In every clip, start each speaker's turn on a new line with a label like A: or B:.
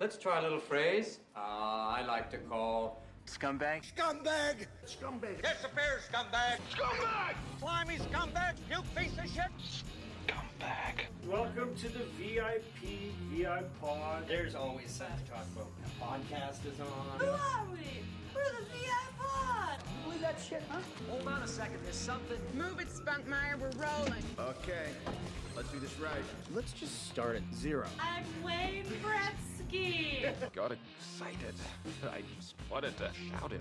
A: Let's try a little phrase uh, I like to call
B: Scumbag.
C: Scumbag! Scumbag! Disappear, scumbag! Scumbag! Slimy scumbag, you piece of shit! Scumbag.
D: Welcome to the VIP VIP pod.
E: There's always stuff to talk about. The podcast is on.
F: Who are we? We're the VIP pod.
G: Believe that shit, huh?
H: Hold on a second. There's something.
I: Move it, Spunkmeyer. We're rolling.
J: Okay. Let's do this right.
K: Let's just start at zero.
F: I'm Wayne Gretzky.
L: Got excited. I just wanted to shout it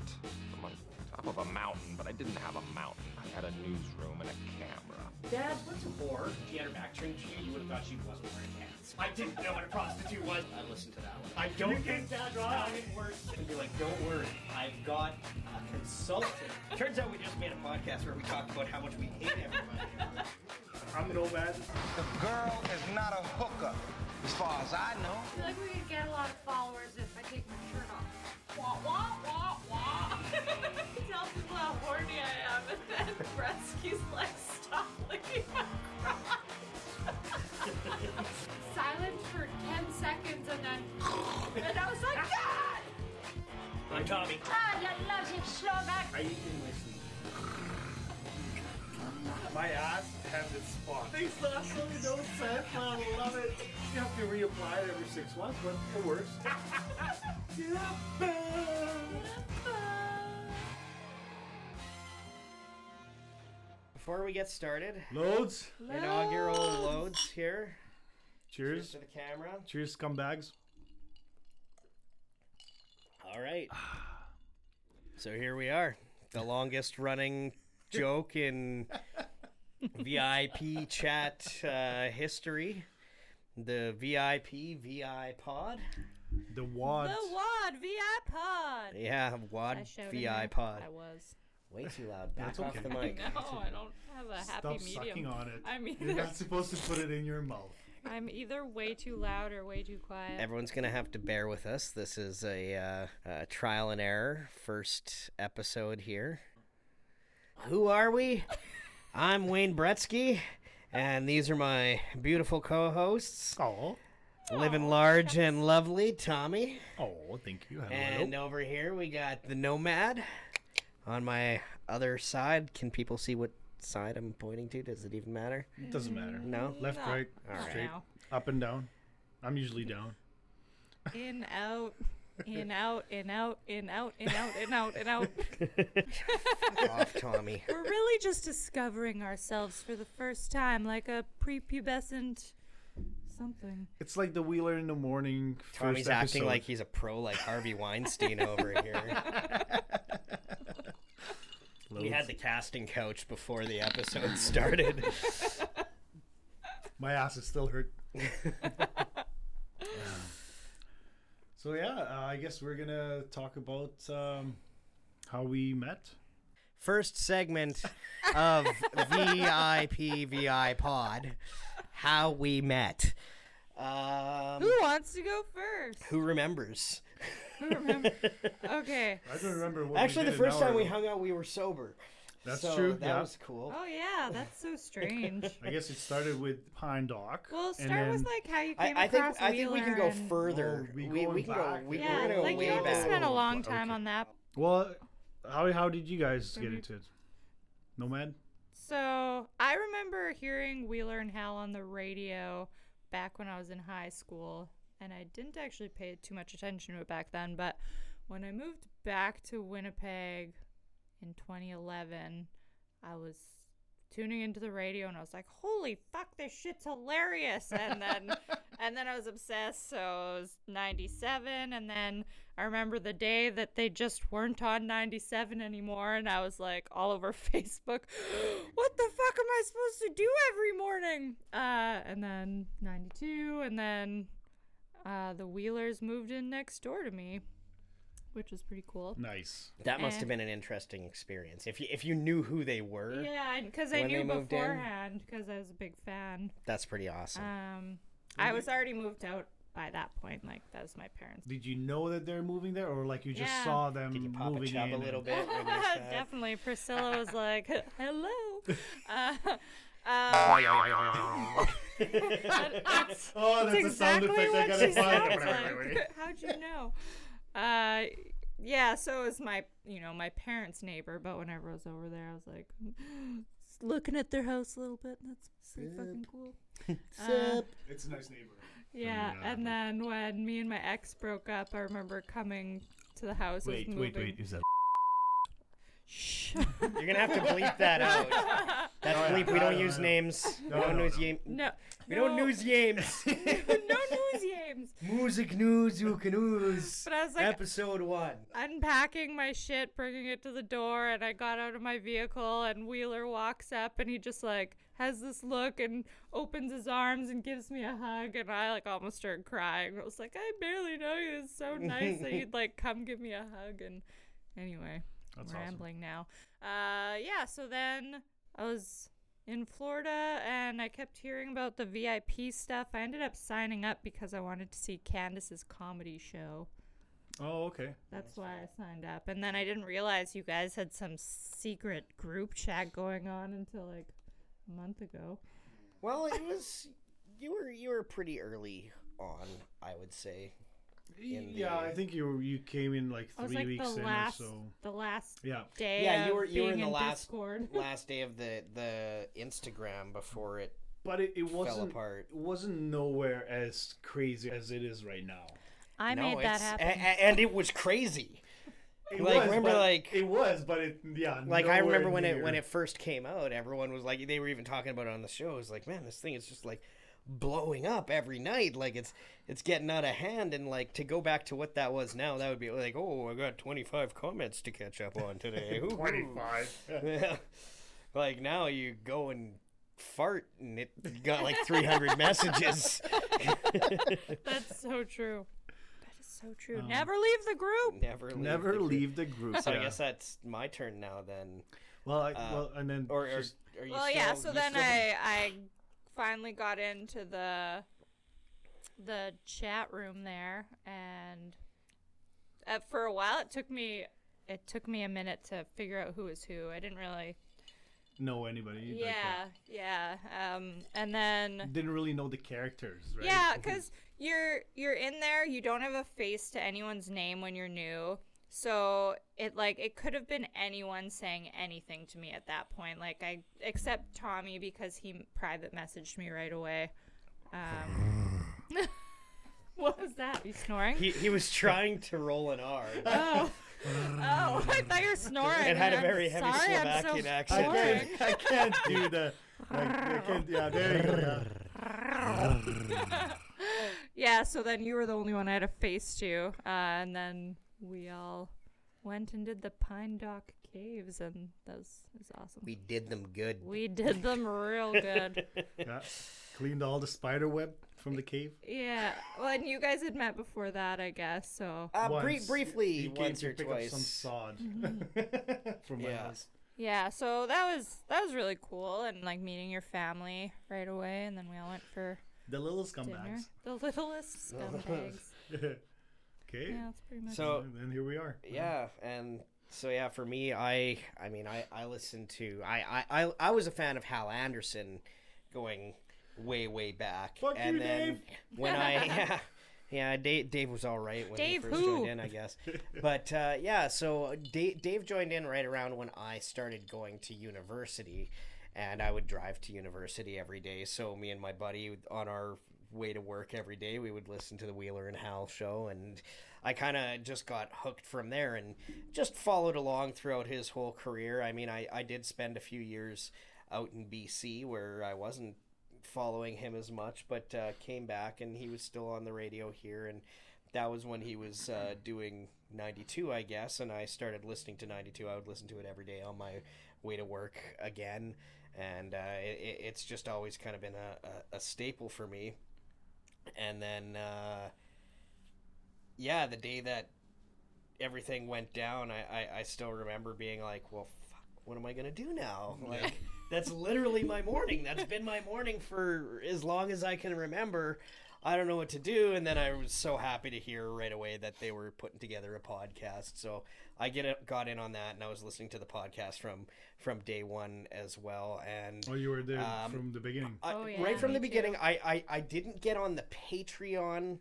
L: from on top of a mountain, but I didn't have a mountain. I had a newsroom and a camera.
M: Dad, what's a whore? If you had her back turned to you, you would have thought she was wearing pants. I didn't know what a prostitute was. I listened to that one. I don't you think that's how it works. And be like, don't worry, I've got a consultant. Turns out we just made a podcast where we talked about how much we hate everybody.
D: I'm nomad.
C: The girl is not a hookup, as far as I know. I
F: feel like we could get a lot of followers if I take my shirt off. Wah, wah, wah, wah. Tell people how horny I am, and then Gretzky's like, stop licking my crotch. Silent for 10 seconds, and then. and I was like, God!
M: I'm Tommy.
F: God, I love you so much.
D: I eat English. My ass have this spot.
M: Makes absolutely no sense, but I love it.
D: You have to reapply it every six months, but it works.
E: Before we get started,
D: loads.
E: inaugural loads here.
D: Cheers.
E: Cheers to the camera.
D: Cheers, scumbags.
E: All right. So here we are, the longest running joke in VIP chat uh, history. The VIP VI pod.
D: The wad.
F: The wad VI pod.
E: Yeah, wad
F: I shouted
E: VI
F: it.
E: pod.
F: I was.
E: Way too loud. Back
D: That's
E: off
D: okay.
E: the mic.
F: No, I don't have a happy
D: Stop
F: medium.
D: sucking on it.
F: I'm
D: You're
F: either
D: not supposed to put it in your mouth.
F: I'm either way too loud or way too quiet.
E: Everyone's gonna have to bear with us. This is a, uh, a trial and error first episode here. Who are we? I'm Wayne Bretsky, and these are my beautiful co-hosts,
D: Oh.
E: living large and lovely, Tommy.
D: Oh, thank you. Hello.
E: And over here we got the Nomad. On my other side, can people see what side I'm pointing to? Does it even matter?
D: Doesn't matter.
E: No.
D: Left,
F: No.
D: right,
E: All right.
D: straight,
F: No.
D: up and down. I'm usually down.
F: In out, in out, in out, in out, in out, in out, in out.
E: Off, Tommy.
F: We're really just discovering ourselves for the first time, like a prepubescent something.
D: It's like the Wheeler in the morning. First
E: Tommy's
D: episode.
E: acting like he's a pro, like Harvey Weinstein over here. We had the casting couch before the episode started.
D: My ass is still hurt. so yeah, uh, I guess we're gonna talk about um, how we met.
E: First segment of VIP VI Pod: How we met. Um,
F: Who wants to go first?
E: who remembers?
F: Who remember? Okay.
D: I don't remember what. we
E: Actually,
D: did
E: the
D: an
E: first
D: hour
E: time we
D: ago.
E: hung out, we were sober.
D: That's
E: So
D: true.
E: That
D: yeah.
E: was cool.
F: Oh yeah, that's so strange.
D: I guess it started with Pine Dock.
F: Well,
D: and
F: start with
D: then-
F: like how you came
E: I, I think
F: across
E: I think we can
F: Wheeler
E: go
F: and-
E: further.
D: Oh, we
E: we, we,
D: going
E: can
D: back?
E: go. We,
F: Yeah,
E: we're gonna go
F: like
E: way
F: you have to
E: back.
F: spend a long
D: Oh, Okay.
F: time on that.
D: Well, how how did you guys get into it? Nomad.
F: So I remember hearing Wheeler and Hal on the radio back when I was in high school, and I didn't actually pay too much attention to it back then. But when I moved back to Winnipeg in 2011, I was tuning into the radio and I was like, "Holy fuck, this shit's hilarious!" And then, and then I was obsessed. So it was '97, and then I remember the day that they just weren't on '97 anymore, and I was like all over Facebook, "What the fuck am I supposed to do every morning?" Uh, and then '92, and then uh, the Wheelers moved in next door to me, which was pretty cool.
D: Nice.
E: That must
F: eh.
E: have been an interesting experience. If you if you knew who they were,
F: Yeah, because I
E: When they
F: knew
E: moved in?
F: beforehand because I was a big fan.
E: that's pretty awesome.
F: Um, I was already moved out by that point. Like that was my parents.
D: Did you know that they're moving there, or like you just
F: Yeah.
D: saw them
E: Did you pop a
D: moving
E: chub
D: in
E: a
D: and-
E: little bit? when you said-
F: Definitely, Priscilla was like, "Hello." Uh, that's,
D: Oh, that's a sound
F: exactly
D: effect I
F: what
D: gotta
F: she
D: find.
F: sounds like. How'd you know? Uh, yeah. So is my, you know, my parents' neighbor. But whenever I was over there, I was like, looking at their house a little bit. and That's pretty fucking cool. Uh,
D: It's a nice neighborhood.
F: yeah,
D: uh,
F: and then when me and my ex broke up, I remember coming to the house. I was
D: Wait, wait,
F: moving.
D: wait. Is that?
E: You're gonna have to bleep that out. That's
D: No,
E: bleep.
D: Oh, no, no,
E: We don't
D: no,
E: use
D: no.
E: names.
D: No,
E: we don't
D: no,
E: use
D: no.
E: yam-
F: No,
E: We don't
F: no.
E: use yames.
F: no news games.
E: Music news you can use.
F: But I was like,
E: episode one.
F: unpacking my shit, bringing it to the door, and I got out of my vehicle. And Wheeler walks up, and he just like has this look and opens his arms and gives me a hug, and I like almost started crying. I was like, I barely know you. It's so nice that you'd like come give me a hug. And anyway,
D: That's
F: I'm
D: awesome.
F: rambling now. Uh, yeah. So then I was in Florida and I kept hearing about the VIP stuff. I ended up signing up because I wanted to see Candace's comedy show.
D: Oh, okay.
F: That's why I signed up. And then I didn't realize you guys had some secret group chat going on until like a month ago.
E: Well, it was you were you were pretty early on, I would say. in the-
D: Yeah, I think you you came in like
F: I was
D: three
F: like
D: weeks
F: the
D: in
F: last
D: or so.
F: the last
D: Yeah.
F: day.
E: yeah, you
F: of
E: were you were
F: being
E: in the last
F: Discord.
E: last day of the the Instagram before it.
D: But it, it wasn't
E: apart.
D: It wasn't nowhere as crazy as it is right now.
F: I
E: no,
F: made that
E: it's- a-
F: happen.
E: a- and it was crazy.
D: It
E: Like,
D: was,
E: remember,
D: but-
E: like-
D: it was, but it yeah.
E: Like I
D: nowhere
E: remember when it
D: near.
E: when it first came out, everyone was like they were even talking about it on the show. It was like, man, this thing is just like blowing up every night. Like it's it's getting out of hand and like to go back to what that was now, that would be like, oh, I got twenty five comments to catch up on today. Ooh. Yeah. Like now you go and fart and it you got like 300 messages.
F: That's so true. That is so true.
D: Um,
F: Never leave the group.
E: Never leave.
D: Never
E: the group.
D: leave the group.
E: So I
D: yeah.
E: guess that's my turn now then.
D: Well, I, well, and then
E: Or, or
D: just-
E: are you
F: Well,
E: still,
F: yeah. So
E: you
F: then
E: still-
F: I I finally got into the the chat room there, and uh, for a while it took me it took me a minute to figure out who was who. I didn't really.
D: know anybody. like,
F: Yeah, yeah. Um, and then
D: uh, didn't really know the characters, right?
F: Yeah, because you're you're in there. You don't have a face to anyone's name when you're new, so it like it could have been anyone saying anything to me at that point. Like I except Tommy because he private messaged me right away. Um, what was that? you snoring?
E: he, he was trying to roll an R.
F: oh, oh! I thought you were snoring.
E: It had a
F: I'm
E: very heavy
F: sorry, I'm so
E: Slovakian
D: I
E: accent.
F: boring.
D: can't, I can't do the. Like, I can't, yeah, there you go. yeah.
F: Yeah, so then you were the only one I had a face to. Uh, and then we all went and did the Pine Dock Caves, and that was, it was awesome.
E: We did them good.
F: We did them real good.
D: Yeah. Cleaned all the spider web from the cave.
F: yeah. Well, and you guys had met before that, I guess, so.
E: Uh, brie-
D: Once.
E: briefly,
D: He came
E: once
D: to
E: or
D: pick
E: twice.
D: Up some sod
F: Mm-hmm.
D: from my
E: Yeah.
D: house.
F: Yeah, so that was that was really cool and like meeting your family right away and then we all went for
D: The little
F: dinner.
D: scumbags.
F: The littlest scumbags.
D: okay.
F: yeah, that's pretty much
E: So
D: And then here we are.
E: yeah and so yeah for me i i mean i i listened to i i i, I was a fan of hal anderson going way way back
D: Fuck
E: and
D: you,
E: then
D: Dave.
E: when i yeah yeah dave, dave was all right when
F: Dave
E: he first
F: who?
E: joined in i guess but uh, yeah so dave, dave joined in right around when i started going to university and i would drive to university every day so me and my buddy on our way to work every day we would listen to the wheeler and howell show and i kind of just got hooked from there and just followed along throughout his whole career i mean i, I did spend a few years out in bc where i wasn't following him as much but uh, came back and he was still on the radio here and that was when he was uh, doing 92 i guess and i started listening to 92 i would listen to it every day on my way to work again and uh, it, it- it's just always kind of been a, a, a staple for me and then uh, yeah the day that everything went down I, I, I still remember being like well fuck, what am i going to do now like that's literally my morning that's been my morning for as long as i can remember I don't know what to do. And then I was so happy to hear right away that they were putting together a podcast. So I get it, got in on that, and I was listening to the podcast from from day one as well. And
D: Oh, you were there
E: um,
D: from the beginning.
E: I- right from the beginning, I, I I didn't get on the Patreon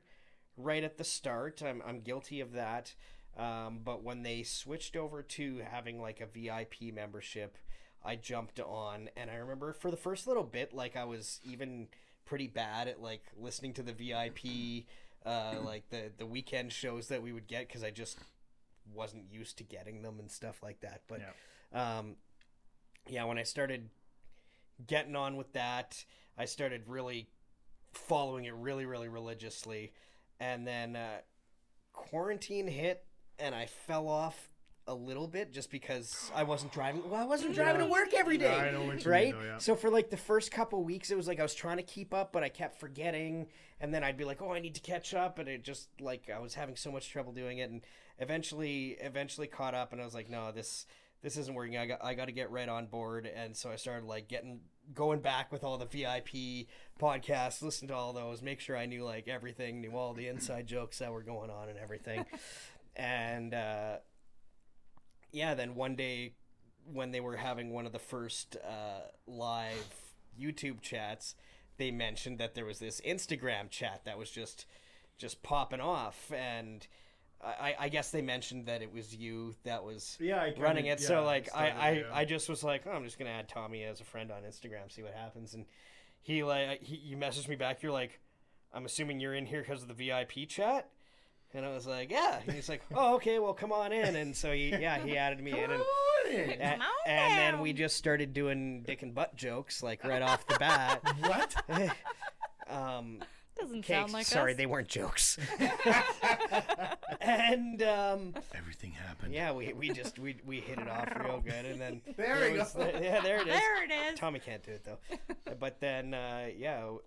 E: right at the start. I'm I'm guilty of that. Um, but when they switched over to having like a VIP membership, I jumped on, and I remember for the first little bit, like I was even pretty bad at like listening to the VIP, uh, like the the weekend shows that we would get because I just wasn't used to getting them and stuff like that. But um, yeah, when I started getting on with that. I started really following it really, really religiously. And then uh, quarantine hit, and I fell off a little bit just because I wasn't driving. Well, I wasn't driving
D: Yeah.
E: to work every
D: Yeah,
E: day,
D: I know what you mean,
E: right?
D: though, yeah.
E: So for like the first couple weeks, it was like I was trying to keep up, but I kept forgetting. And then I'd be like, "Oh, I need to catch up," and it just like I was having so much trouble doing it. And eventually, eventually caught up, and I was like, "No, this." This isn't working. I got, I got to get right on board, and so I started like getting going back with all the VIP podcasts, listen to all those, make sure I knew like everything, knew all the inside jokes that were going on and everything. and uh, yeah, then one day when they were having one of the first uh, live YouTube chats, they mentioned that there was this Instagram chat that was just just popping off and. I, I- I guess they mentioned that it was you that was
D: Yeah, I kinda-
E: running it.
D: yeah,
E: so
D: I
E: like I,
D: started,
E: I,
D: yeah.
E: I just was like, oh, I'm just gonna add Tommy as a friend on Instagram, see what happens. And he like he you messaged me back. You're like, I'm assuming you're in here because of the VIP chat. And I was like, yeah. And he's like, oh, okay, well, come on in. And so he, yeah, he added me in, and,
D: in. Come
E: and,
D: on
E: and then we just started doing dick and butt jokes like right off the bat.
D: what?
E: um,
F: Doesn't
E: okay,
F: sound like
E: sorry,
F: us.
E: they weren't jokes. and um,
D: everything happened.
E: Yeah, we, we just we, we hit it off real good, and then
D: There
E: it
D: we
E: was
D: go.
E: the- yeah, there it is.
F: There it is.
E: Tommy can't do it though. but then uh, yeah, w-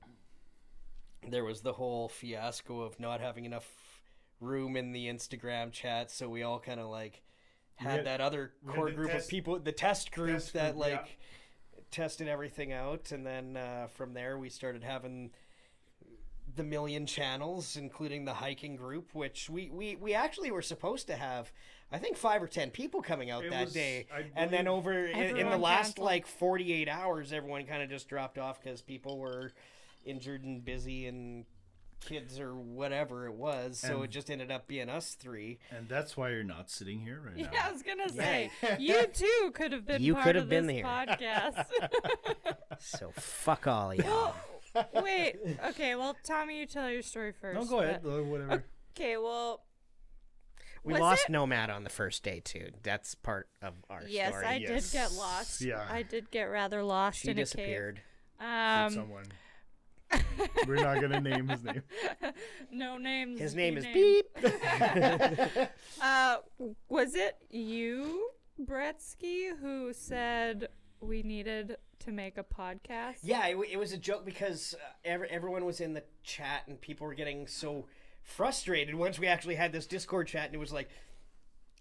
E: there was the whole fiasco of not having enough room in the Instagram chat, so we all kind of like
D: We
E: had
D: had-
E: that other
D: we had
E: core
D: the
E: group
D: test-
E: of people, the test group
D: test
E: that
D: group, yeah.
E: like tested everything out, and then uh, from there we started having the million channels, including the hiking group, which we, we, we actually were supposed to have, I think, five or 10 people coming out
D: It
E: that
D: was-
E: day.
D: I
E: And then
D: believe-
E: over in, in the
D: Everyone
E: last
D: canceled.
E: like 48 hours, everyone kind of just dropped off because people were injured and busy and kids or whatever it was. So
D: And-
E: it just ended up being us three.
D: And that's why you're not sitting here right
F: Yeah,
D: now.
F: I was gonna say
E: Yeah.
F: you too could have been
E: You
F: part
E: could
F: of
E: have been
F: this
E: here.
F: podcast.
E: So fuck all y'all.
F: Wait, okay. Well, Tommy, you tell your story first.
D: No, go ahead. uh, Whatever.
F: but- Okay, well,
E: We
F: Was
E: lost
F: it-
E: Nomad on the first day, too. That's part of our
F: yes,
E: story.
F: I did get lost.
E: Yeah.
F: I did get rather lost
E: She
F: in
E: disappeared.
F: a cave. Um,
D: someone. We're not gonna name his name.
F: no names.
E: His
F: be
E: name is
F: named.
E: Beep.
F: uh, was it you, Bretsky, who said we needed to make a podcast?
E: Yeah, it, w- it was a joke because uh, every, everyone was in the chat and people were getting so frustrated once we actually had this Discord chat and it was like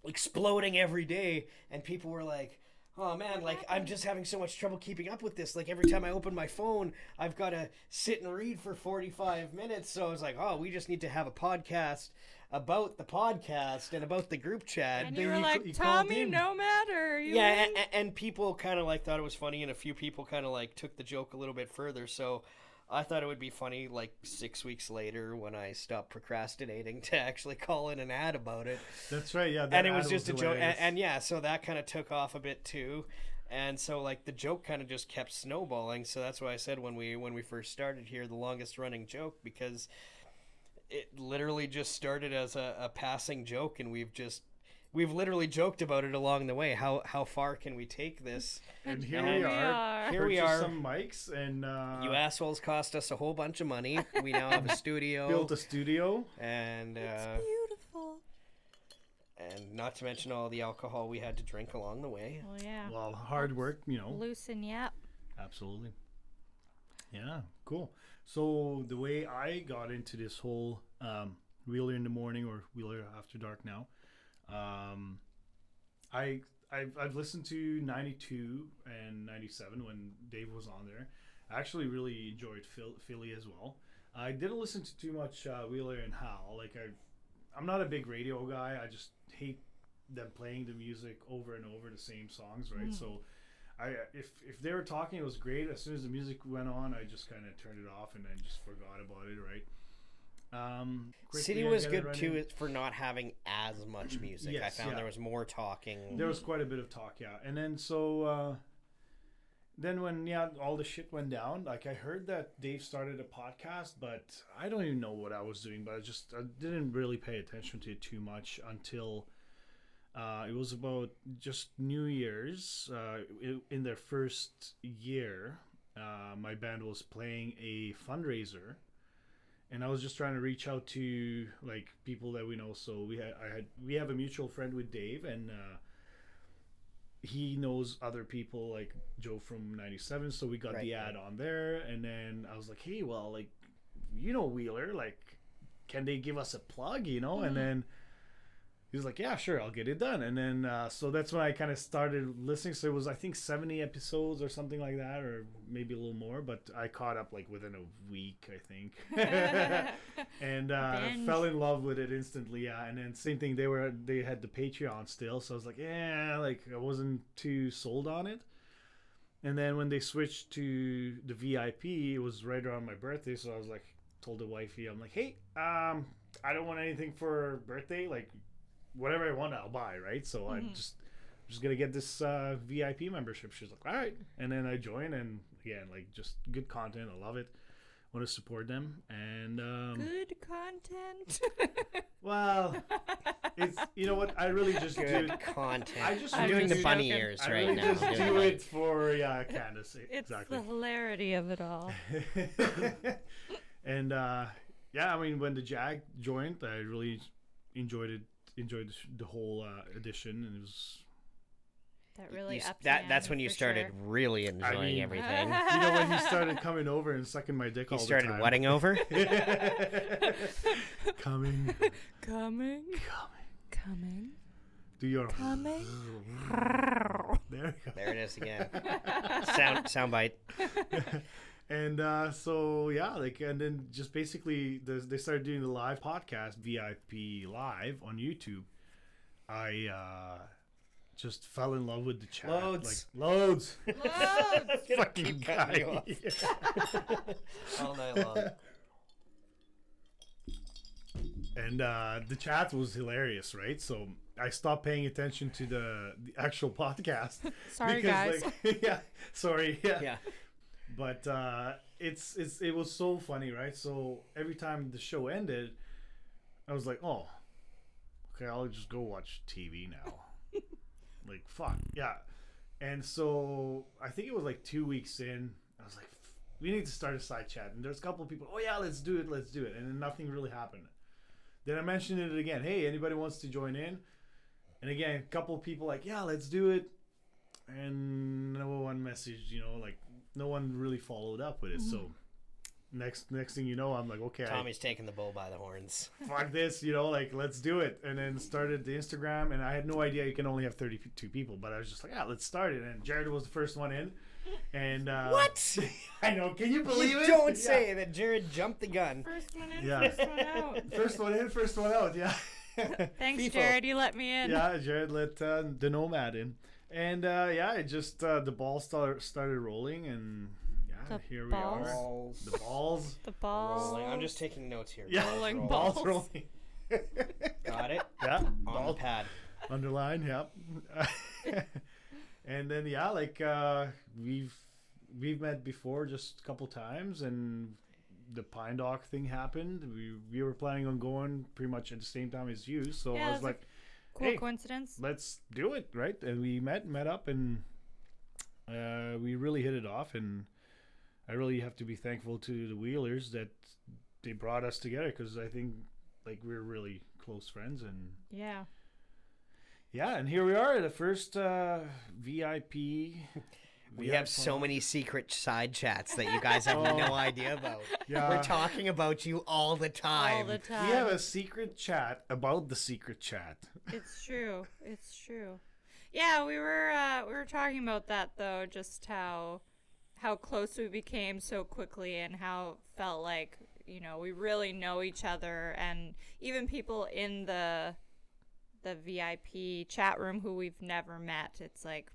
E: exploding every day and people were like, "Oh man, like I'm just having so much trouble keeping up with this. Like every time I open my phone, I've got to sit and read for 45 minutes." So I was like, "Oh, we just need to have a podcast about the podcast and about the group chat."
F: And you were like, Tommy, Nomad, or are you?
E: yeah,
F: in?"
E: and, and people kind of like thought it was funny, and a few people kind of like took the joke a little bit further. So I thought it would be funny, like six weeks later when I stopped procrastinating to actually call in an ad about it.
D: That's right. Yeah. that
E: and it was
D: ad
E: just a joke, and,
D: hilarious.
E: and yeah, so that kind of took off a bit too. And so like the joke kind of just kept snowballing. So that's why I said when we when we first started here, the longest running joke because it literally just started as a, a passing joke and we've just we've literally joked about it along the way how how far can we take this
D: And here we are.
E: here we
D: Purchased
E: are
D: Some mics and uh,
E: you assholes cost us a whole bunch of money we now have a studio
D: built a studio.
E: and uh,
F: beautiful
E: and not to mention all the alcohol we had to drink along the way
F: Well, yeah.
D: Well, hard work, you know.
F: Loosen you up.
D: Absolutely. Yeah, cool. So the way I got into this whole um, Wheeler in the morning or Wheeler after dark now, um, I I've, I've listened to '92 and '97 when Dave was on there. I actually really enjoyed Phil, Philly as well. I didn't listen to too much uh, Wheeler and Hal. Like I, I'm not a big radio guy. I just hate them playing the music over and over the same songs, right?
B: Mm.
D: So, I if if they were talking, it was great. As soon as the music went on, I just kind of turned it off and then just forgot about it, right? Um, quickly,
E: City
D: I
E: was
D: gotta
E: good
D: run
E: too
D: in-
E: it- for not having as much music. I
D: Yes,
E: found
D: yeah.
E: there was more talking.
D: There was quite a bit of talk, yeah. And then so uh, then when yeah, all the shit went down, like I heard that Dave started a podcast, but I don't even know what I was doing, but I just I didn't really pay attention to it too much until uh, it was about just New Year's uh, i- in their first year. Uh, my band was playing a fundraiser and I was just trying to reach out to like people that we know. So we had I had we have a mutual friend with Dave, and uh, he knows other people like Joe from '97. So we got
B: Right,
D: the ad on there, and then I was like, hey, well, like you know Wheeler, like can they give us a plug? You know, and then. He was like, "Yeah, sure, I'll get it done." And then, uh, so that's when I kind of started listening. So it was, I think, seventy episodes or something like that, or maybe a little more. But I caught up like within a week, I think, and uh,
B: Binge.
D: fell in love with it instantly. Yeah, and then same thing. They were they had the Patreon still, so I was like, yeah, like I wasn't too sold on it. And then when they switched to the VIP, it was right around my birthday, so I was like, told the wifey, I'm like, hey, um, I don't want anything for birthday, like whatever I want, I'll buy, right? So I
B: Mhm.
D: just I'm just gonna get this uh, VIP membership. She's like, all right, and then I join, and again, like just good content, I love it. Want to support them, and um,
F: Good content.
D: well, it's you know what I really just
E: Good
D: do
E: content.
D: I just
E: I'm
D: really
E: doing the
D: do-
E: bunny ears
D: I
E: right
D: really
E: now.
D: Just
E: Doing
D: do
E: like-
D: it for yeah, Candace.
F: It's
D: exactly.
F: the hilarity of it all.
D: and uh, yeah, I mean, when the Jag joined, I really enjoyed it. Enjoyed the sh- the whole uh, edition, and it was
F: That
E: You
F: really
E: s-
F: upped
E: that
F: the
E: that's
F: ante
E: when you
F: for
E: started
F: sure.
E: really enjoying
D: mean,
E: everything.
D: You know when he started coming over and sucking my dick
E: He
D: all
E: started
D: the time.
E: wedding over?
D: coming,
F: Coming. Coming.
D: do your
F: Coming.
D: There, you go.
E: There it is again. Sound soundbite.
D: and uh, so yeah, like, and then just basically the, they started doing the live podcast VIP live on YouTube. I uh, just fell in love with the chat.
B: Loads.
D: like, loads,
B: Loads.
D: fucking
B: Keep cutting
D: guy.
B: you
E: All night long.
D: and uh, the chat was hilarious, right? So I stopped paying attention to the, the actual podcast.
F: Sorry, guys.
D: Like, yeah, sorry. Yeah.
E: Yeah.
D: But uh, it's it's it was so funny, right? So every time the show ended, I was like, oh, okay, I'll just go watch TV now. like fuck yeah. And so I think it was like two weeks in, I was like, we need to start a side chat. And there's a couple of people, oh yeah, let's do it, let's do it. And then nothing really happened. Then I mentioned it again. Hey, anybody wants to join in? And again, a couple of people like, yeah, let's do it. And no one messaged, you know, like no one really followed up with it. So next next thing you know, I'm like, okay, I-
E: Tommy's taking the bull by the horns.
D: fuck this, you know, like let's do it. And then started the Instagram, and I had no idea you can only have 32 people, but I was just like, yeah, let's start it. And Jared was the first one in. And uh,
E: What?
D: I know. Can you believe
E: You
D: it?
E: Don't
D: Yeah.
E: say that Jared jumped the gun.
F: First one in,
D: Yeah.
F: first one out.
D: First one in, first one out. Yeah.
F: Thanks,
D: FIFA.
F: Jared. You let me in.
D: Yeah, Jared let uh, the Nomad in, and uh, yeah, it just uh, the ball start, started rolling, and yeah,
F: The
D: here we are.
E: balls.
D: The balls.
F: The balls.
E: Rolling. I'm just taking notes here.
D: Yeah,
E: Balls roll.
D: balls rolling.
E: Got it.
D: Yeah,
E: On the pad.
D: underline yep and then yeah like uh we've we've met before just a couple times and the pine dock thing happened we we were planning on going pretty much at the same time as you so i
F: Yeah, it
D: was
F: was a
D: like
F: Cool
D: hey,
F: coincidence.
D: let's do it right and we met met up and uh we really hit it off and i really have to be thankful to the wheelers that they brought us together because i think like we're really close friends and
F: Yeah.
D: yeah, and here we are at the first uh, VIP.
E: We have so many secret side chats that you guys have no
D: Oh.
E: idea about.
D: Yeah.
E: We're talking about you all the time.
F: the time.
D: We have a secret chat about the secret chat.
F: It's true. It's true. Yeah, we were uh, we were talking about that though, just how how close we became so quickly and how it felt like you know, we really know each other and even people in the the VIP chat room who we've never met. It's like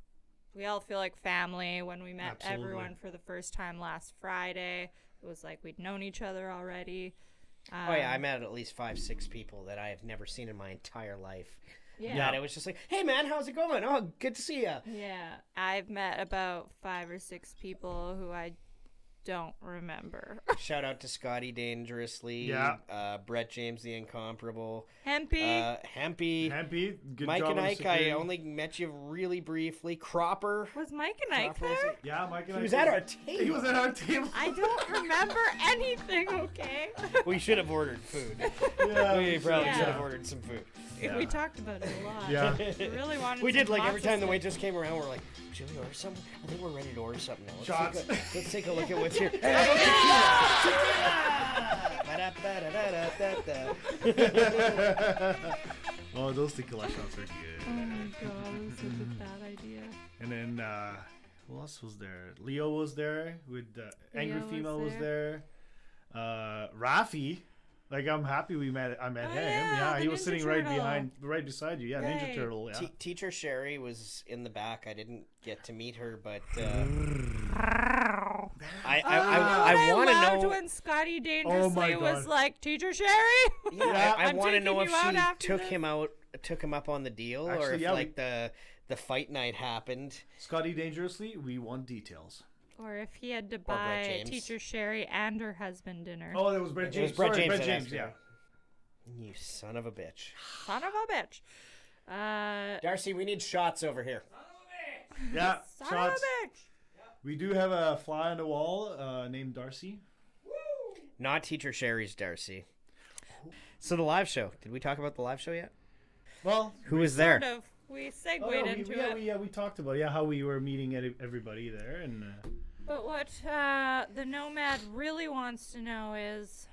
F: we all feel like family when we met
D: Absolutely.
F: everyone for the first time last Friday. It was like we'd known each other already.
E: oh yeah,
F: Um,
E: I met at least five, six people that I have never seen in my entire life.
F: Yeah.
E: Yeah, and it was just like, "Hey man, how's it going? Oh, good to see ya."
F: Yeah, I've met about five or six people who I don't remember.
E: Shout out to Scotty Dangerously,
D: Yeah.
E: uh, Brett James the Incomparable,
F: Hempy.
E: uh, Hempy,
D: Hempy, good
E: Mike
D: job
E: and
D: on the
E: Ike. I
D: security.
E: only met you really briefly. Cropper,
F: was Mike and Ike
E: Cropper was
F: there?
E: it?
D: Yeah, Mike and
E: He
D: I
E: was at our table.
D: He was at our table.
F: I don't remember anything, okay?
E: we should have ordered food.
D: Yeah,
E: we Oh, probably
F: Yeah.
E: should have ordered some food.
F: We talked about it a lot.
D: Yeah.
F: We really wanted
E: We
F: some
E: did like every
F: lots of
E: time the
F: stuff.
E: waitress came around, we're like, "Should we order something? I think we're ready to order something now. Let's
D: Shots.
E: Take a, let's take a look at what's here." Hey, how about tequila? Tequila! Ba-da-ba-da-da-da-da-da.
D: oh, those tequila shots are
F: Oh
D: good.
F: my god, it was such a bad idea.
D: And then uh, who else was there? Leo was there. With uh, angry
F: Leo was
D: female was there. Uh, Rafi, like I'm happy we met. I met
F: Oh,
D: him.
F: yeah,
D: Yeah,
F: the
D: he was
F: Ninja
D: sitting right
F: Turtle.
D: behind, right beside you. Yeah, Ninja
F: Right.
D: Turtle. Yeah.
E: Te- teacher Sherry was in the back. I didn't get to meet her, but uh, I I, I,
F: Oh,
E: I,
F: I,
E: want to
F: loved
E: know.
F: when
E: Oh
F: Scotty Dangerously
D: God.
F: was like, Teacher Sherry?
E: yeah, I,
F: I'm
E: want to
F: taking
E: know if
F: you out
E: she
F: after
E: took
F: this.
E: him out, took him up on the deal, or
D: Actually,
E: if
D: yeah, we-
E: like the the fight night happened.
D: Scotty Dangerously. We want details.
F: Or if he had to
E: Brett
F: buy
E: James.
F: Teacher Sherry and her husband dinner.
D: Oh, that was Brett
E: It was
D: James.
E: Brett
D: Sorry,
E: James
D: Brett
E: that
D: James.
E: asked
D: Yeah.
E: her. You son of a bitch,
F: Son of a bitch. Uh,
E: Darcy. We need shots over here.
D: Yeah.
F: son
D: shots.
F: of a bitch.
D: We do have a fly on the wall uh, named Darcy.
E: Not teacher Sherry's Darcy. So the live show. Did we talk about the live show yet?
D: Well,
E: Who was there?
F: Sort of. We segued
D: oh, no, we,
F: into
D: yeah,
F: it.
D: we yeah we talked about yeah how we were meeting at everybody there and uh,
F: But what uh, the Nomad really wants to know is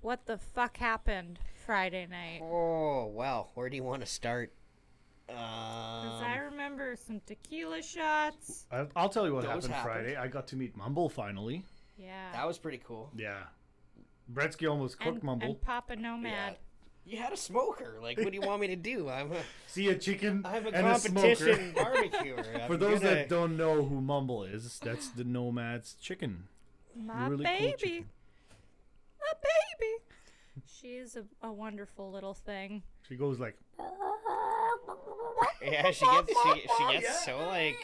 F: what the fuck happened Friday night?
E: Oh wow. Where do you want to start? Um,
F: Because I remember some tequila shots.
D: I'll, I'll tell you what
E: Those
D: happened,
E: happened.
D: Friday. I got to meet Mumble finally.
F: Yeah.
E: that was pretty cool.
D: Yeah, Bretsky almost cooked
F: and,
D: Mumble.
F: and Papa Nomad.
E: You had a smoker. Like, what do you want me to do? I'm a,
D: See a chicken
E: I'm a
D: and a
E: competition
D: smoker.
E: barbecuer. I'm
D: For those
E: gonna-
D: that don't know who Mumble is, that's the Nomad's chicken.
F: My
D: Really cool
F: baby.
D: chicken.
F: My baby. She is a, a wonderful little thing.
D: She goes like,
E: yeah, she gets she, she gets so like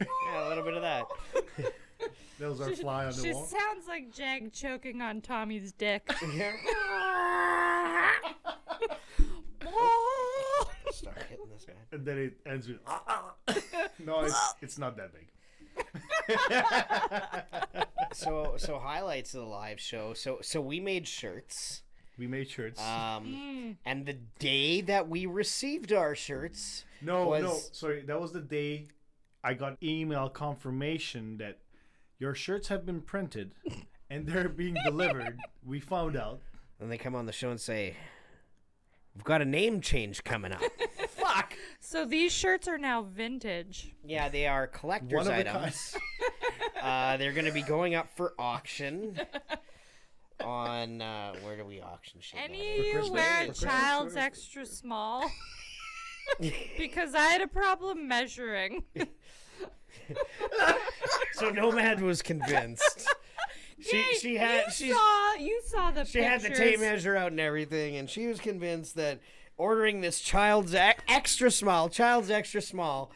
E: yeah, a little bit of that.
D: "That was our fly on the
F: She
D: wall."
F: sounds like Jag choking on Tommy's dick.
E: Start hitting this man.
D: And then it ends with, "Ah, ah, ah." "No, it's it's not that big."
E: So so highlights of the live show. So so we made shirts.
D: We made shirts.
E: Um, and the day that we received our shirts,
D: no, no,
E: was-
D: sorry. That was the day I got email confirmation that your shirts have been printed and they're being delivered. we found out.
E: and they come on the show and say, "We've got a name change coming up." Fuck.
F: so these shirts are now vintage.
E: Yeah, they are
D: One
E: collector's
D: of a kind.
E: items. uh, they're going to be going up for auction on uh, where do we auction shit? at?
F: Any of you
D: Christmas?
F: wear
D: For
F: a
D: Christmas?
F: child's extra small? because I had a problem measuring.
E: So Nomad was convinced. she
F: Hey,
E: she had
F: you
E: she's,
F: saw you saw the
E: she had the tape measure out and everything, and she was convinced that ordering this child's ex- extra small, child's extra small,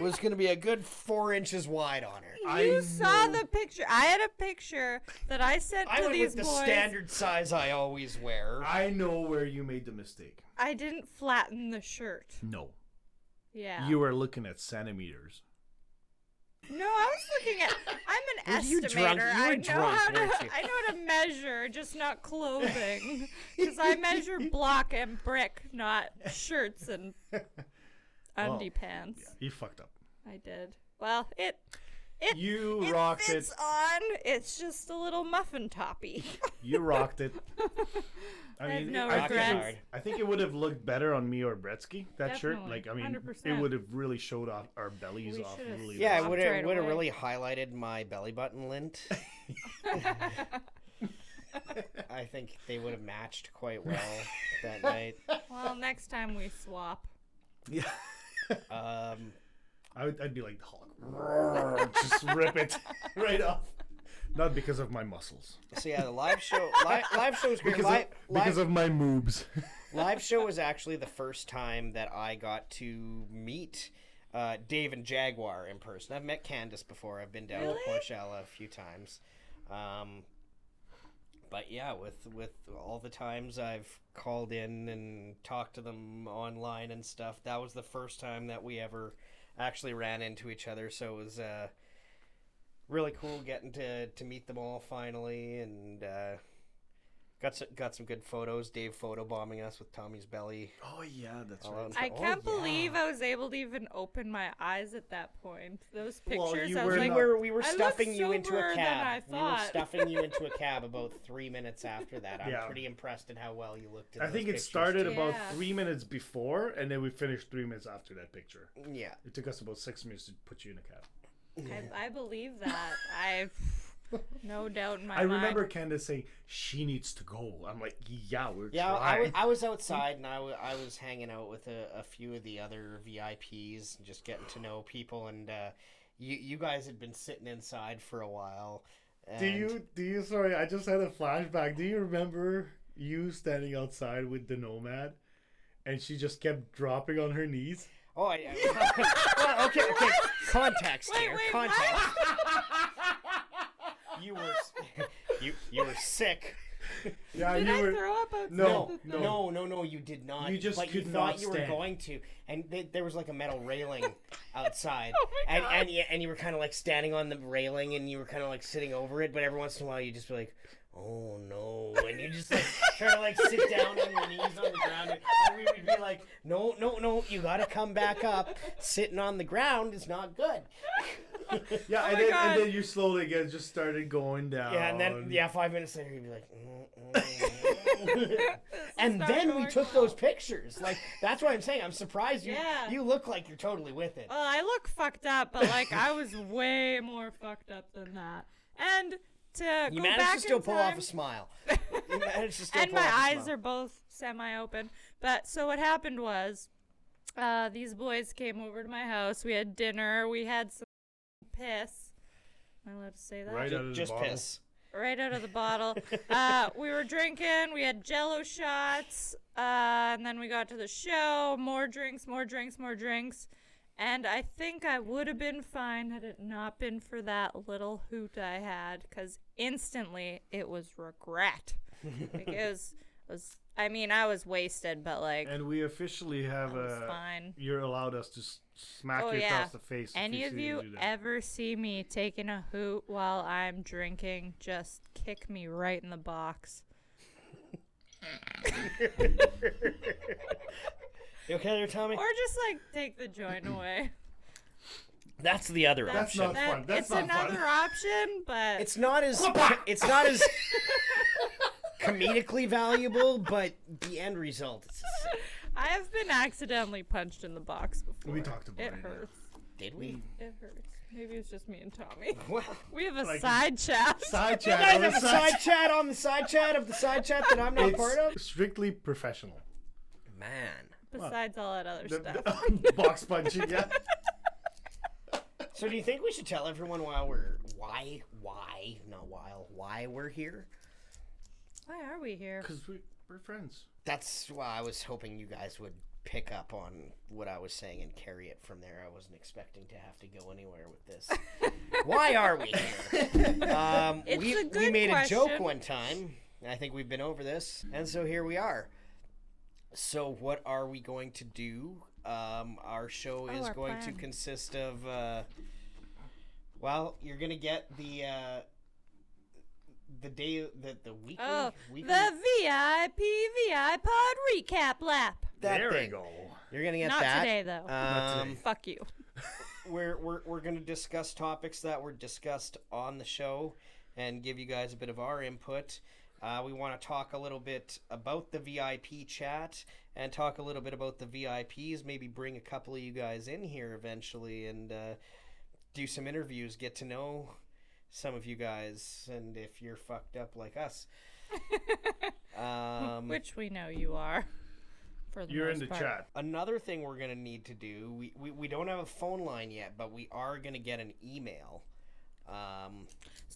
E: was going to be a good four inches wide on her.
F: You
D: I
F: saw
D: know-
F: the picture. I had a picture that I sent
E: I
F: to
E: went
F: these
E: with the
F: boys.
E: standard size I always wear.
D: I know where you made the mistake.
F: I didn't flatten the shirt.
D: No.
F: Yeah.
D: You were looking at centimeters.
F: No, I was looking at. I'm an
E: Were you
F: estimator.
E: drunk? You were
F: I know
E: drunk,
F: how to.
E: weren't you?
F: I know how to measure, just not clothing, because I measure block and brick, not shirts and undie pants.
D: You fucked up.
F: I did. Well, it. It,
D: You
F: it
D: rocked
F: fits
D: it.
F: on. It's just a little muffin toppy.
D: You rocked it. I
F: have no
D: I think,
F: regrets.
D: it, I think it would have looked better on me or Bretsky that shirt.
F: Definitely.
D: Like I mean, it
F: 100%.
D: would have really showed off our bellies
F: We
D: off.
F: should have
D: Really
E: Yeah,
D: well.
E: it would
F: Popped
E: have
F: right
E: would have
F: away.
E: really highlighted my belly button lint. I think they would have matched quite well that night.
F: Well, next time we swap.
D: Yeah.
E: Um,
D: I would, I'd be like the Hulk, just rip it right off. Not because of my muscles.
E: So yeah, the live show live, live show was great.
D: Because,
E: live,
D: of, because
E: live-
D: of my moobs.
E: live show was actually the first time that I got to meet uh, Dave and Jaguar in person. I've met Candace before. I've been down
F: Really?
E: to Coachella a few times, um, but yeah, with with all the times I've called in and talked to them online and stuff, that was the first time that we ever actually ran into each other. So it was. Uh, Really cool getting to, to meet them all finally, and uh, Got some, got some good photos. Dave photo bombing us with Tommy's belly.
D: Oh yeah, that's
E: All right.
F: I
E: Oh,
F: can't
E: yeah.
F: believe I was able to even open my eyes at that point. Those
E: Well,
F: pictures,
E: you
F: I
E: were,
F: was like,
E: we were we
F: "I
E: were
F: look
E: stuffing you into
F: soberer
E: a
F: than I
E: cab. We were
F: thought.
E: stuffing you into a cab about three minutes after that. I'm
D: Yeah.
E: pretty impressed at how well you looked. At
D: I
E: those
D: think it
E: pictures,
D: started
E: too.
D: about
F: Yeah.
D: three minutes before, and then we finished three minutes after that picture.
E: Yeah.
D: It took us about six minutes to put you in a cab.
F: I, I believe that. I've no doubt in my
D: I
F: mind.
D: remember Candace saying she needs to go. I'm like, yeah, we're
E: Yeah, I
D: trying.
E: was, I was outside and I wa- I was hanging out with a, a few of the other VIPs and just getting to know people. And uh, you you guys had been sitting inside for a while.
D: do
E: and-
D: you do you? Sorry, I just had a flashback. Do you remember you standing outside with the nomad, and she just kept dropping on her knees?
E: Oh, I, I- well, okay, okay. Context
F: Wait,
E: here.
F: wait,
E: context.
F: what?
E: You were s- you you were sick.
D: Yeah,
F: Did
D: you
F: I
D: were.
F: throw up outside?
D: No,
F: the-
E: no,
D: no.
E: no, no, no, you did not.
D: You just
E: but you
D: could
E: thought
D: not
E: you were
D: stand.
E: going to, and th- there was like a metal railing outside,
F: Oh my
E: and
F: God.
E: and you, and you were kind of like standing on the railing, and you were kind of like sitting over it. But every once in a while, you just be like, "Oh no!" And you just like try to like sit down on your knees on the ground, and we would be like, "No, no, no! You got to come back up. Sitting on the ground is not good."
D: Yeah, and,
F: Oh my
D: then, and
F: God.
D: then you slowly again just started going down.
E: Yeah, and
D: Um,
E: then yeah, five minutes later you'd be like, "Mm, mm, mm." and
F: not
E: then we
F: going
E: took those pictures. Like that's what I'm saying. I'm surprised you.
F: Yeah.
E: You look like you're totally with it.
F: Well, I look fucked up, but like I was way more fucked up than that. And to
E: you
F: go
E: managed
F: back
E: to still
F: in
E: pull
F: time,
E: off a smile. You managed to still
F: and
E: pull
F: my
E: off a
F: eyes
E: smile.
F: are both semi-open. But so what happened was, uh, these boys came over to my house. We had dinner. We had some piss. Am I allowed to say that?
D: Right out of the
E: just
D: bottle.
E: piss.
F: Right out of the bottle. uh, we were drinking. We had Jello shots, uh, and then we got to the show. More drinks, more drinks, more drinks. And I think I would have been fine had it not been for that little hoot I had, because instantly it was regret. like it was, it was. I mean, I was wasted, but like
D: And we officially have
F: That was
D: a.
F: fine.
D: You're allowed us to s- smack
F: Oh,
D: you
F: yeah.
D: across the face. if
F: Any
D: you
F: of
D: see
F: you
D: do that.
F: ever see me taking a hoot while I'm drinking, just kick me right in the box.
E: You okay there, Tommy?
F: Or just like take the joint away.
E: That's the other
D: That's
E: option.
D: not fun. That's
F: it's
D: not
F: another
D: fun.
F: option, but
E: It's not as. It's not as. comedically valuable, but the end result is the same.
F: I have been accidentally punched in the box before.
D: We talked about
F: it.
D: it, yeah.
F: hurts.
E: Did we?
F: It hurts. Maybe it's just me and Tommy.
E: Well.
F: We have a
D: Like-
F: side chat.
D: Side
E: You
D: chat.
E: guys
D: on the
E: have a side chat on the side chat of the side chat that I'm not part of?
D: It's strictly professional.
E: Man.
F: Besides all that other
D: The-
F: stuff.
D: the- box punching. Yeah.
E: So do you think we should tell everyone why we're why why not while why we're here?
F: Why are we here?
D: Because we, we're friends.
E: That's why I was hoping you guys would pick up on what I was saying and carry it from there. I wasn't expecting to have to go anywhere with this. why are we here? Um,
F: It's
E: we,
F: a
E: we
F: good
E: made a joke
F: question.
E: one time. and I think we've been over this, and so here we are. So what are we going to do? Um, our show is
F: Oh, our
E: going
F: plan.
E: to consist of. Uh, well, you're gonna get the uh, the day that the weekly
F: Oh,
E: weekly
F: the VIP VIP pod recap lap.
E: that
D: there we
E: thing.
D: go.
E: You're gonna get
F: Not
E: that.
F: today though.
E: Um,
F: Fuck you.
E: we're, we're we're gonna discuss topics that were discussed on the show, and give you guys a bit of our input. Uh, we want to talk a little bit about the VIP chat and talk a little bit about the VIPs. Maybe bring a couple of you guys in here eventually and uh, do some interviews. Get to know some of you guys, and if you're fucked up like us, Um,
F: Which we know you are. For the most part.
E: Another thing we're going to need to do, we, we, we don't have a phone line yet, but we are going to get an email. Um,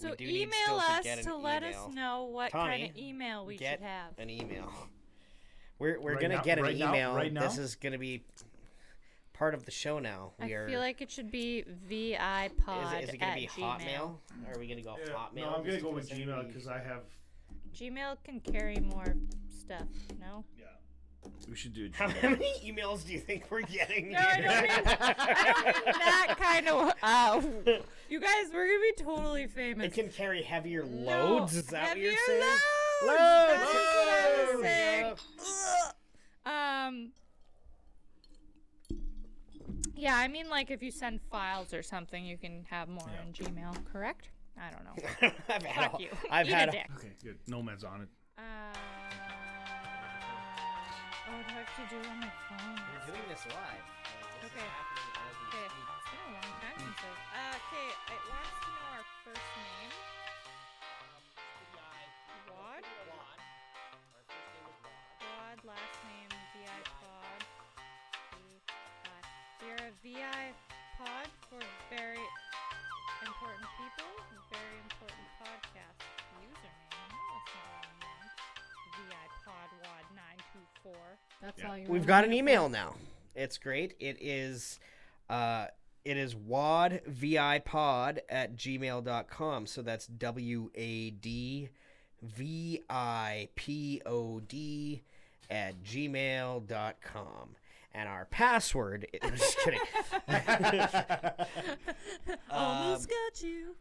E: we
F: So
E: do need still
F: email us
E: get an
F: to let us
E: email.
F: know what
E: Tawny,
F: kind of email we
E: get
F: should have.
E: An email. We're, we're
D: Right
E: going to
D: now-
E: get an
D: right now-
E: email.
D: right
E: This
D: now?
E: is going to be part of the show now.
F: I
E: We are,
F: feel like it should be vipod
E: is it gonna
F: at
E: be
F: Gmail.
E: Hotmail? Are we going to go
D: Yeah,
E: Hotmail?
D: No, I'm gonna
E: Just
D: go
E: do
D: with
E: us every
D: Gmail
E: week?
D: because I have.
F: Gmail can carry more stuff. No.
D: Yeah.
K: We should do.
E: How many emails do you think we're getting?
F: No, I
E: here?
F: don't mean, I don't mean that kind of. Uh, you guys, we're gonna be totally famous.
E: It can carry heavier
F: No,
E: loads. Is that what you're
F: heavier
E: saying?
F: loads, that's what I was
E: Loads!
F: saying. Um. Yeah, I mean, like if you send files or something, you can have more on Gmail, correct? I don't know.
E: I've had
F: Fuck
E: a-
F: you.
E: I've
F: Eat a
E: had a-
F: dick.
D: Okay, good. Nomad's on it.
F: Uh, oh, do I have to do it on my phone?
E: We're doing this live.
F: Okay. Okay. It's been a long time since I. Uh, okay, it wants to know our first name. Wad? Wad, last name VI Pod. You're a VI Pod for very important people, very important podcast username. No, it's not what I meant. VI Pod Wad 924. That's all you
E: We've got an email now. It's great. It is uh it is wadvipod at gmail.com. So that's W A D V I P O D at gmail.com. And our password i- I'm just kidding.
F: Almost got you.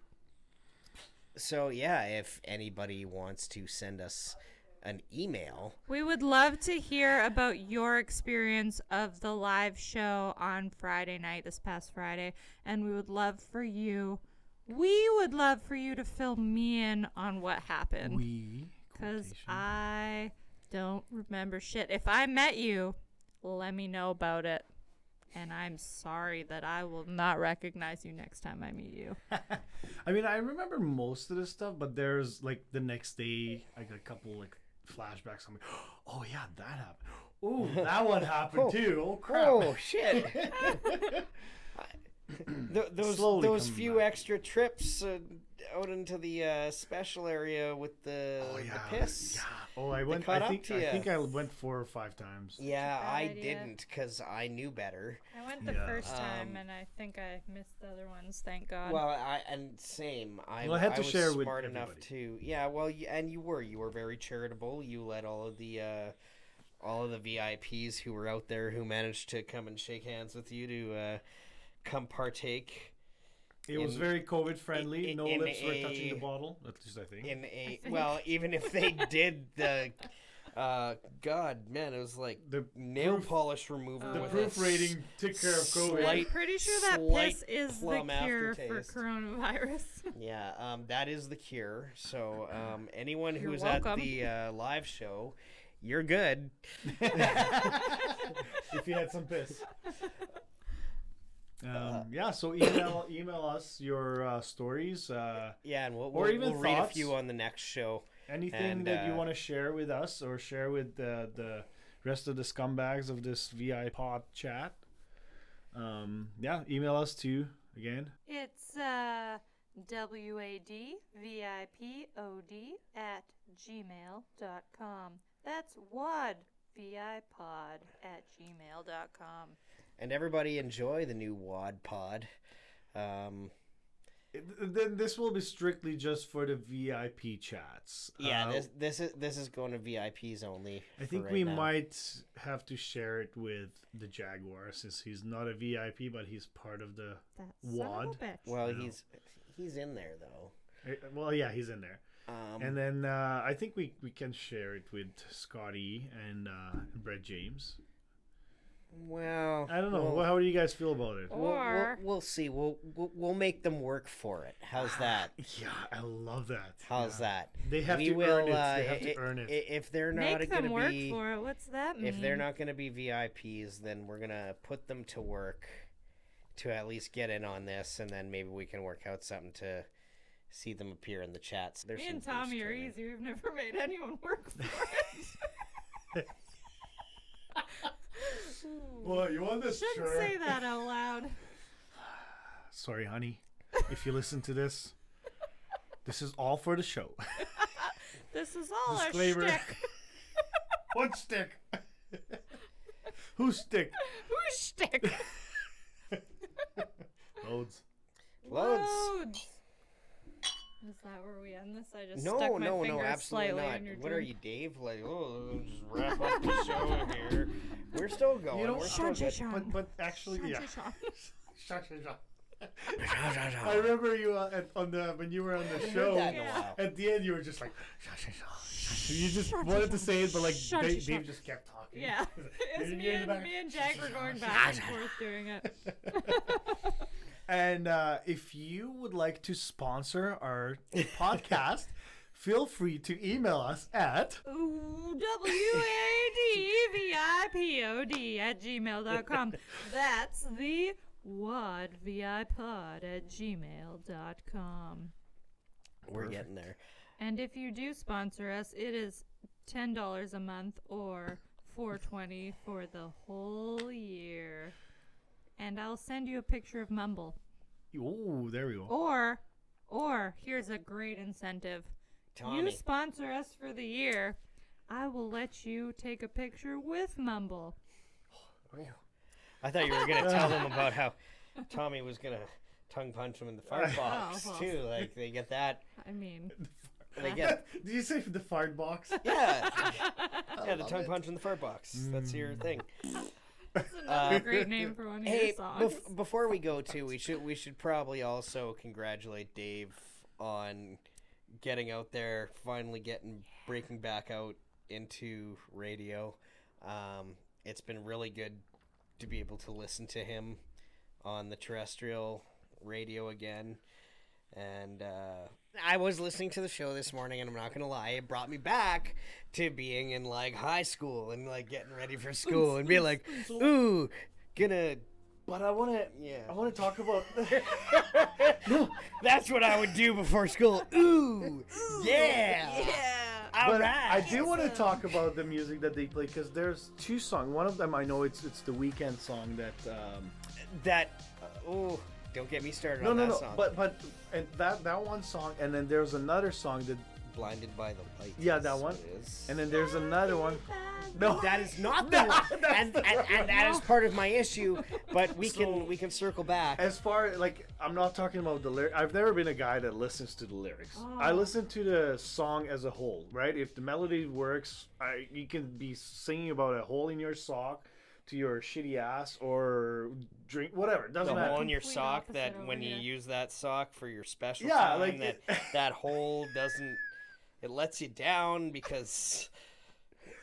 E: So yeah, if anybody wants to send us an email,
F: We would love to hear about your experience of the live show on Friday night, this past Friday, and we would love for you. We would love for you to fill me in on what happened.
D: We.
F: Because I don't remember shit. If I met you, let me know about it. And I'm sorry that I will not recognize you next time I meet you.
D: I mean, I remember most of this stuff, but there's like the next day, like a couple like flashbacks. I'm like, oh yeah, that happened. Oh, that one happened
E: Oh,
D: too. Oh crap.
E: Oh shit! Th- those
D: Slowly
E: those
D: coming
E: few extra trips uh, out into the uh, special area with the,
D: Oh, yeah,
E: the piss.
D: Oh, I
E: They
D: went.
E: caught
D: I
E: up
D: think
E: to
D: I
E: ya.
D: think I went four or five times.
E: Yeah,
F: Bad
E: I
F: idea.
E: didn't because I knew better.
F: I went the
D: Yeah.
F: first time,
E: Um,
F: and I think I missed the other ones. Thank God.
E: Well, I and same. I,
D: Well, I had to
E: was
D: share with
E: smart enough to. Yeah, well, you, and you were. You were very charitable. You let all of the. Uh, all of the VIPs who were out there who managed to come and shake hands with you to uh, come partake
D: It was
E: in-
D: very COVID friendly.
E: in-
D: no
E: in
D: lips were touching
E: a-
D: the bottle. At least I think.
E: in a well even if they did the uh god man it was like
D: The
E: nail
D: proof-
E: polish remover
F: Oh,
D: the
E: with a s-
D: proofreading took care of COVID.
E: slight-
F: I'm pretty sure that
E: slight
F: piss is the
E: plum
F: cure for
E: aftertaste.
F: coronavirus.
E: yeah um that is the cure so um anyone
F: You're
E: who's at
F: welcome.
E: the uh, live show you're good
D: if you had some piss. Um,
E: Uh-huh.
D: yeah, so email email us your uh, stories, uh,
E: yeah and we'll,
D: Or
E: we'll,
D: even
E: we'll read a
D: thoughts.
E: few on the next show
D: anything
E: And,
D: that you
E: uh,
D: want to share with us or share with the, the rest of the scumbags of this VI pod chat. Um, yeah, email us to again.
F: It's uh, wadvipod at gmail.com. That's wadvipod at gmail.com.
E: and everybody enjoy the new wad pod um
D: Th- Then this will be strictly just for the VIP chats.
E: yeah
D: Uh,
E: this this is this is going to vips only
D: I
E: for
D: think
E: right
D: we
E: now.
D: might have to share it with the Jaguar since he's not a VIP, but he's part of the
F: That's
D: wad.
E: well
D: I know.
E: he's he's in there though
D: Eh, Well, yeah, he's in there.
E: um
D: and then uh, I think we, we can share it with Scotty and, uh, and Brett James.
E: Well,
D: I don't know.
E: We'll,
D: Wha- How do you guys feel about it?
E: we'll, we'll,
F: Or-
E: we'll see. We'll, we'll we'll make them work for it. How's that?
D: Yeah, I love that.
E: How's
D: Yeah.
E: that?
D: They have
E: we
D: to
E: will,
D: earn it.
E: Uh,
D: They have to
E: i-
D: earn it.
E: i- If they're not
F: Make
E: going
F: them
E: to
F: work
E: be,
F: for it. What's that mean?
E: if they're not going to be VIPs, then we're gonna put them to work to at least get in on this, and then maybe we can work out something to see them appear in the chats. There's
F: Me
E: some
F: and
E: first
F: Tommy are
E: training.
F: easy. We've never made anyone work for it.
D: Well, you want this
F: Shouldn't
D: shirt?
F: say that out loud.
D: Sorry, honey, if you listen to this, this is all for the show.
F: This is all
D: Disclaimer.
F: a shtick.
D: One stick. Who's stick?
F: Who's shtick?
D: Loads.
E: Loads.
F: Loads. Is that where we end this? I just
E: No,
F: stuck my
E: no, no,
F: finger
E: absolutely
F: slightly
E: not.
F: in your
E: What are
F: drink.
E: you, Dave? Like, oh, just wrap up the show here. We're still going.
D: You know,
E: We're still good.
D: but but actually, yeah. I
E: I
D: remember you uh, at, on the when you were on the
E: haven't heard
D: show.
E: that in a while.
D: At the end, you were just like, you just wanted to say it, but like Dave, Dave just kept talking.
F: Yeah. It's
D: You're
F: me
D: in the
F: and,
D: back.
F: me and Jack were going back and forth doing it.
D: And uh, if you would like to sponsor our podcast, feel free to email us at
F: Ooh, E W-A-D-V-I-P-O-D at gmail.com. That's the what VIPod at gmail.com.
E: We're getting there.
F: And if you do sponsor us, it is ten dollars a month or four twenty for the whole year. And I'll send you a picture of Mumble.
D: Oh, there we go.
F: Or or here's a great incentive. You
E: Tommy.
F: sponsor us for the year. I will let you take a picture with Mumble.
E: I thought you were gonna tell them about how Tommy was gonna tongue punch him in the firebox
F: well.
E: too. Like they get that.
F: I mean,
E: They get
D: Did you say the fart box?
E: yeah, yeah. The
D: love
E: tongue
D: it.
E: punch in the firebox. That's your thing.
F: that's another
E: Uh,
F: great name for one of
E: Hey,
F: your songs.
E: bef- before we go too, we should we should probably also congratulate Dave on getting out there, finally getting breaking back out into radio. Um, it's been really good to be able to listen to him on the terrestrial radio again. And uh, I was listening to the show this morning, and I'm not gonna lie, it brought me back to being in like high school and like getting ready for school and being like, ooh, gonna.
D: But I want to.
E: Yeah.
D: I want to talk about.
E: no, that's what I would do before school. Ooh, yeah, All
D: but
E: right.
D: I do want to talk about the music that they play because there's two songs. One of them I know it's it's the weekend song that. Um,
E: that. Uh, ooh, don't get me started
D: no,
E: on
D: no,
E: that
D: no.
E: song.
D: But but and that that one song, and then there's another song that
E: blinded by the light.
D: yeah
E: is
D: that one,
E: what it is.
D: and then there's another one. No,
E: That is not the one, and, and, and that is part of my issue. But we can we can circle back.
D: as far like I'm not talking about the lyrics. I've never been a guy that listens to the lyrics. I
E: Oh.
D: listen to the song as a whole, right? If the melody works, I, you can be singing about a hole in your sock to your shitty ass or drink whatever. It doesn't
E: the
D: matter.
E: hole in your
F: Complete
E: sock
F: opposite
E: that
F: over
E: when you
F: here.
E: use that sock for your special
D: Yeah,
E: time,
D: like
E: that
D: it-
E: that hole doesn't it lets you down because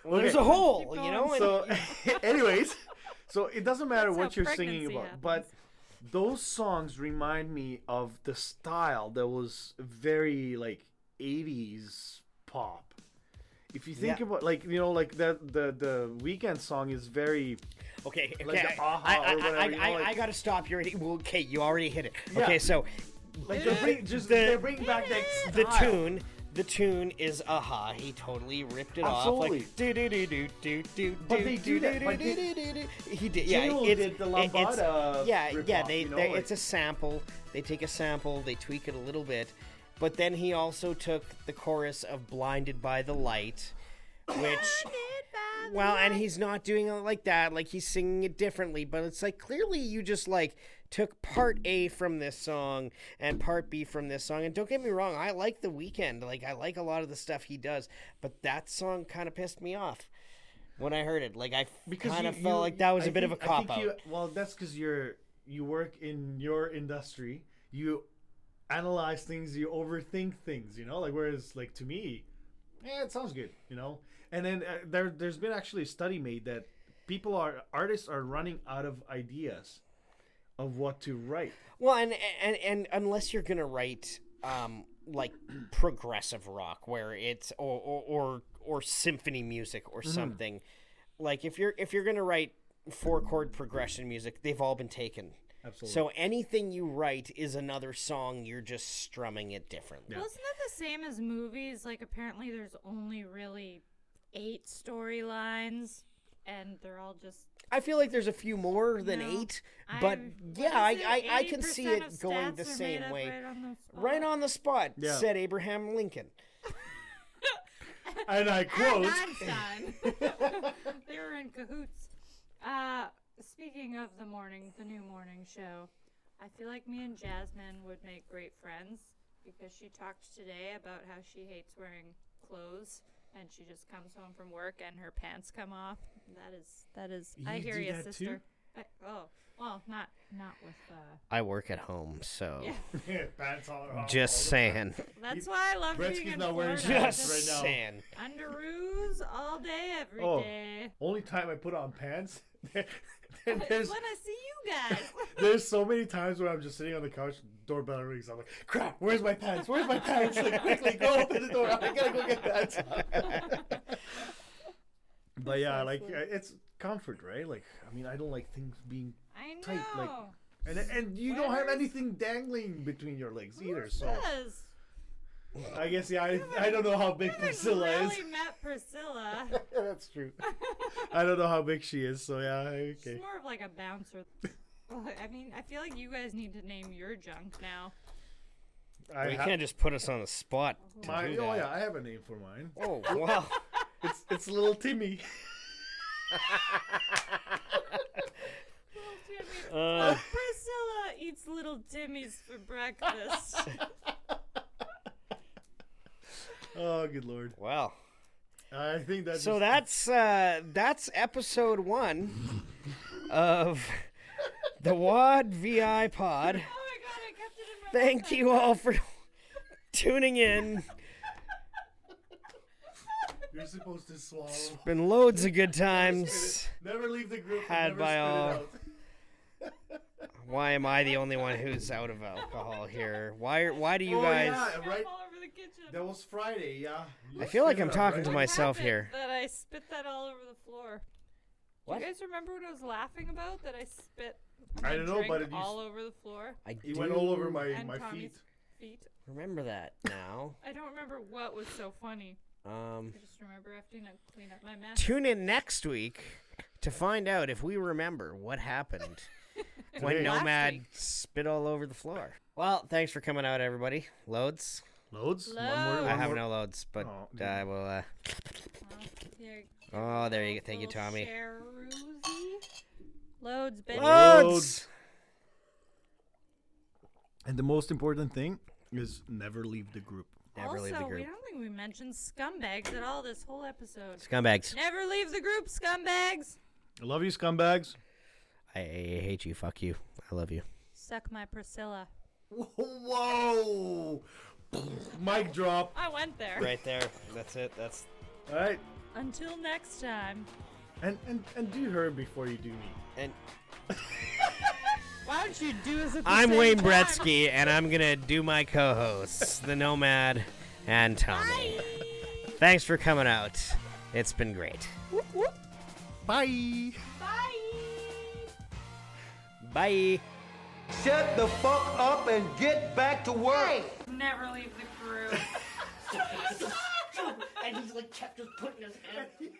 E: well,
D: Okay.
E: there's a hole,
F: Keep
E: you know.
F: going.
E: And
D: so, anyways, so it doesn't matter
F: That's
D: what
F: how
D: you're singing
F: pregnancy
D: about, but
F: happens.
D: those songs remind me of the style that was very like 80s pop. If you think
E: Yeah.
D: about like you know like that the the weekend song is very
E: okay, okay,
D: Like the aha
E: I,
D: or
E: I,
D: whatever,
E: I,
D: you know,
E: I,
D: like-
E: I gotta stop. You already well, okay? You already hit it.
D: Yeah.
E: Okay, so
D: like they're bring, just
E: The-
D: they're bringing back that
E: the
D: style.
E: tune. The tune is aha. He totally ripped it off.
D: Absolutely.
E: Like do do do do do do.
D: But they do that, but
E: do,
D: they-
E: do, do, do. He did. Yeah,
D: Jewel
E: it's,
D: did the
E: it- it's-
D: Lambada
E: Yeah, yeah.
D: ripoff,
E: They,
D: you know,
E: they
D: like-
E: it's a sample. They take a sample. They tweak it a little bit, but then he also took the chorus of "Blinded by the Light," which. Well, and he's not doing it like that. Like he's singing it differently, but it's like clearly you just like took part A from this song and part B from this song. And don't get me wrong, I like The Weeknd. Like I like a lot of the stuff he does, but that song kind of pissed me off when I heard it. Like I
D: Because
E: kind of
D: you-
E: felt
D: you-
E: like that was a
D: I
E: bit
D: think-
E: of a
D: I
E: cop
D: think
E: out.
D: you- well, that's because you're you work in your industry. You analyze things. You overthink things. You know, like whereas like to me, yeah, it sounds good. You know, and then uh, there there's been actually a study made that people are artists are running out of ideas of what to write.
E: Well, and and and unless you're gonna write um like progressive rock where it's or or or, or symphony music or
D: Mm-hmm.
E: something, like if you're if you're gonna write four chord progression music, they've all been taken.
D: Absolutely.
E: So anything you write is another song. You're just strumming it differently.
F: Well, isn't that the same as movies? Like, apparently, there's only really eight storylines, and they're all just.
E: I feel like there's a few more than
F: No,
E: eight, but
F: I'm- what
E: yeah, I,
F: is
E: I,
F: it?
E: I can see
F: 80%
E: it
F: of
E: going the
F: stats are made
E: same
F: up
E: way.
F: Right on the spot.
E: Right on the spot,
D: Yeah.
E: said Abraham Lincoln.
D: And I quote.
F: And Einstein. they were in cahoots. Uh, speaking of the morning, the new morning show, I feel like me and Jasmine would make great friends because she talked today about how she hates wearing clothes and she just comes home from work and her pants come off. That is that is. I
D: You
F: hear
D: do
F: you,
D: that too?
F: sister. I, oh well, not not with. Uh,
E: I work at home, so
D: Pants all are off all the time.
E: just saying.
F: that's why I love
D: Gretzky's
F: being in
D: not wearing
F: Florida.
D: pants
E: Just
D: right now.
E: saying.
F: Underoos all day, every day.
D: Oh, only time I put on pants.
F: It's
D: there's,
F: when I see you guys.
D: there's so many times where I'm just sitting on the couch, doorbell rings. I'm like, crap, where's my pants? Where's my pants? Like, quickly go open the door. I gotta go get pants. but yeah, like uh, it's comfort, right? Like, I mean, I don't like things being
F: I know.
D: tight, like, and and you don't have
F: Where's-
D: anything dangling between your legs either. So
F: Yes.
D: I guess yeah, I, I don't know how big
F: I haven't
D: Priscilla is.
F: really met Priscilla.
D: Yeah, that's true. I don't know how big she is, so yeah,
F: She's
D: okay.
F: more of like a bouncer. I mean, I feel like you guys need to name your junk now.
D: I
E: You
D: ha-
E: can't just put us on the spot. To
D: my,
E: do
D: oh
E: that.
D: yeah, I have a name for mine.
E: Oh wow.
D: It's it's little Timmy.
F: Little Timmy.
E: Uh,
F: Priscilla eats little Timmy's for breakfast.
D: Oh, good lord!
E: well.
D: I think that's
E: So that's uh, that's episode one of the Wad VI Pod.
F: oh my god, I kept it in my
E: Thank you all for tuning in.
D: you're supposed to swallow.
E: Been loads of good times.
D: Never leave the group. and
E: Had
D: never
E: by
D: spit it
E: all.
D: out.
E: Why am I the only one who's out of alcohol here? Why are, why do you
D: oh
E: guys?
D: yeah, right.
F: all over the kitchen.
D: That was Friday. Yeah. You
E: I feel like
D: spit it
E: I'm
D: out,
E: talking to
F: What
D: right?
E: myself
F: happened
E: here.
F: That I spit that all over the floor.
E: What?
F: Do you guys remember what I was laughing about? That I spit.
D: I
F: my
D: don't know,
F: drink
D: but if you
F: all
D: s-
F: over the floor.
E: I
D: It went all over
E: do
D: my
F: and
D: my
F: Tommy's
D: feet.
F: feet.
E: Remember that now.
F: I don't remember what was so funny.
E: Um,
F: I just remember having to clean up my mess.
E: tune in next week to find out if we remember what happened when
D: Today.
E: Nomad
F: Last week.
E: spit all over the floor. Well, thanks for coming out, everybody. Loads.
D: Loads.
F: Loads.
E: I have no loads, but
D: Oh,
E: uh, I will. Uh,
F: Here,
E: oh, there you go. Thank you,
F: little
E: Tommy.
F: Cheroozy. Loads, bitch.
E: Loads.
D: And the most important thing is never leave the group.
E: Never
F: also,
E: leave the
F: we
E: group.
F: don't think we mentioned scumbags at all this whole episode.
E: Scumbags.
F: Never leave the group, scumbags.
D: I love you, scumbags.
E: I, I hate you. Fuck you. I love you.
F: Suck my Priscilla.
D: Whoa! Mic drop.
F: I went there.
E: Right there. That's it. That's
D: All right,
F: Until next time.
D: and and and do her before you do me.
E: and.
F: Why don't you do us at the
E: I'm
F: same
E: Wayne
F: time?
E: Bretsky, and I'm gonna do my co-hosts, the Nomad and Tommy. Thanks for coming out. It's been great.
D: Bye.
F: Bye.
E: Bye.
K: Shut the fuck up and get back to work.
F: Never leave the crew.
M: And he's like kept just putting his hand.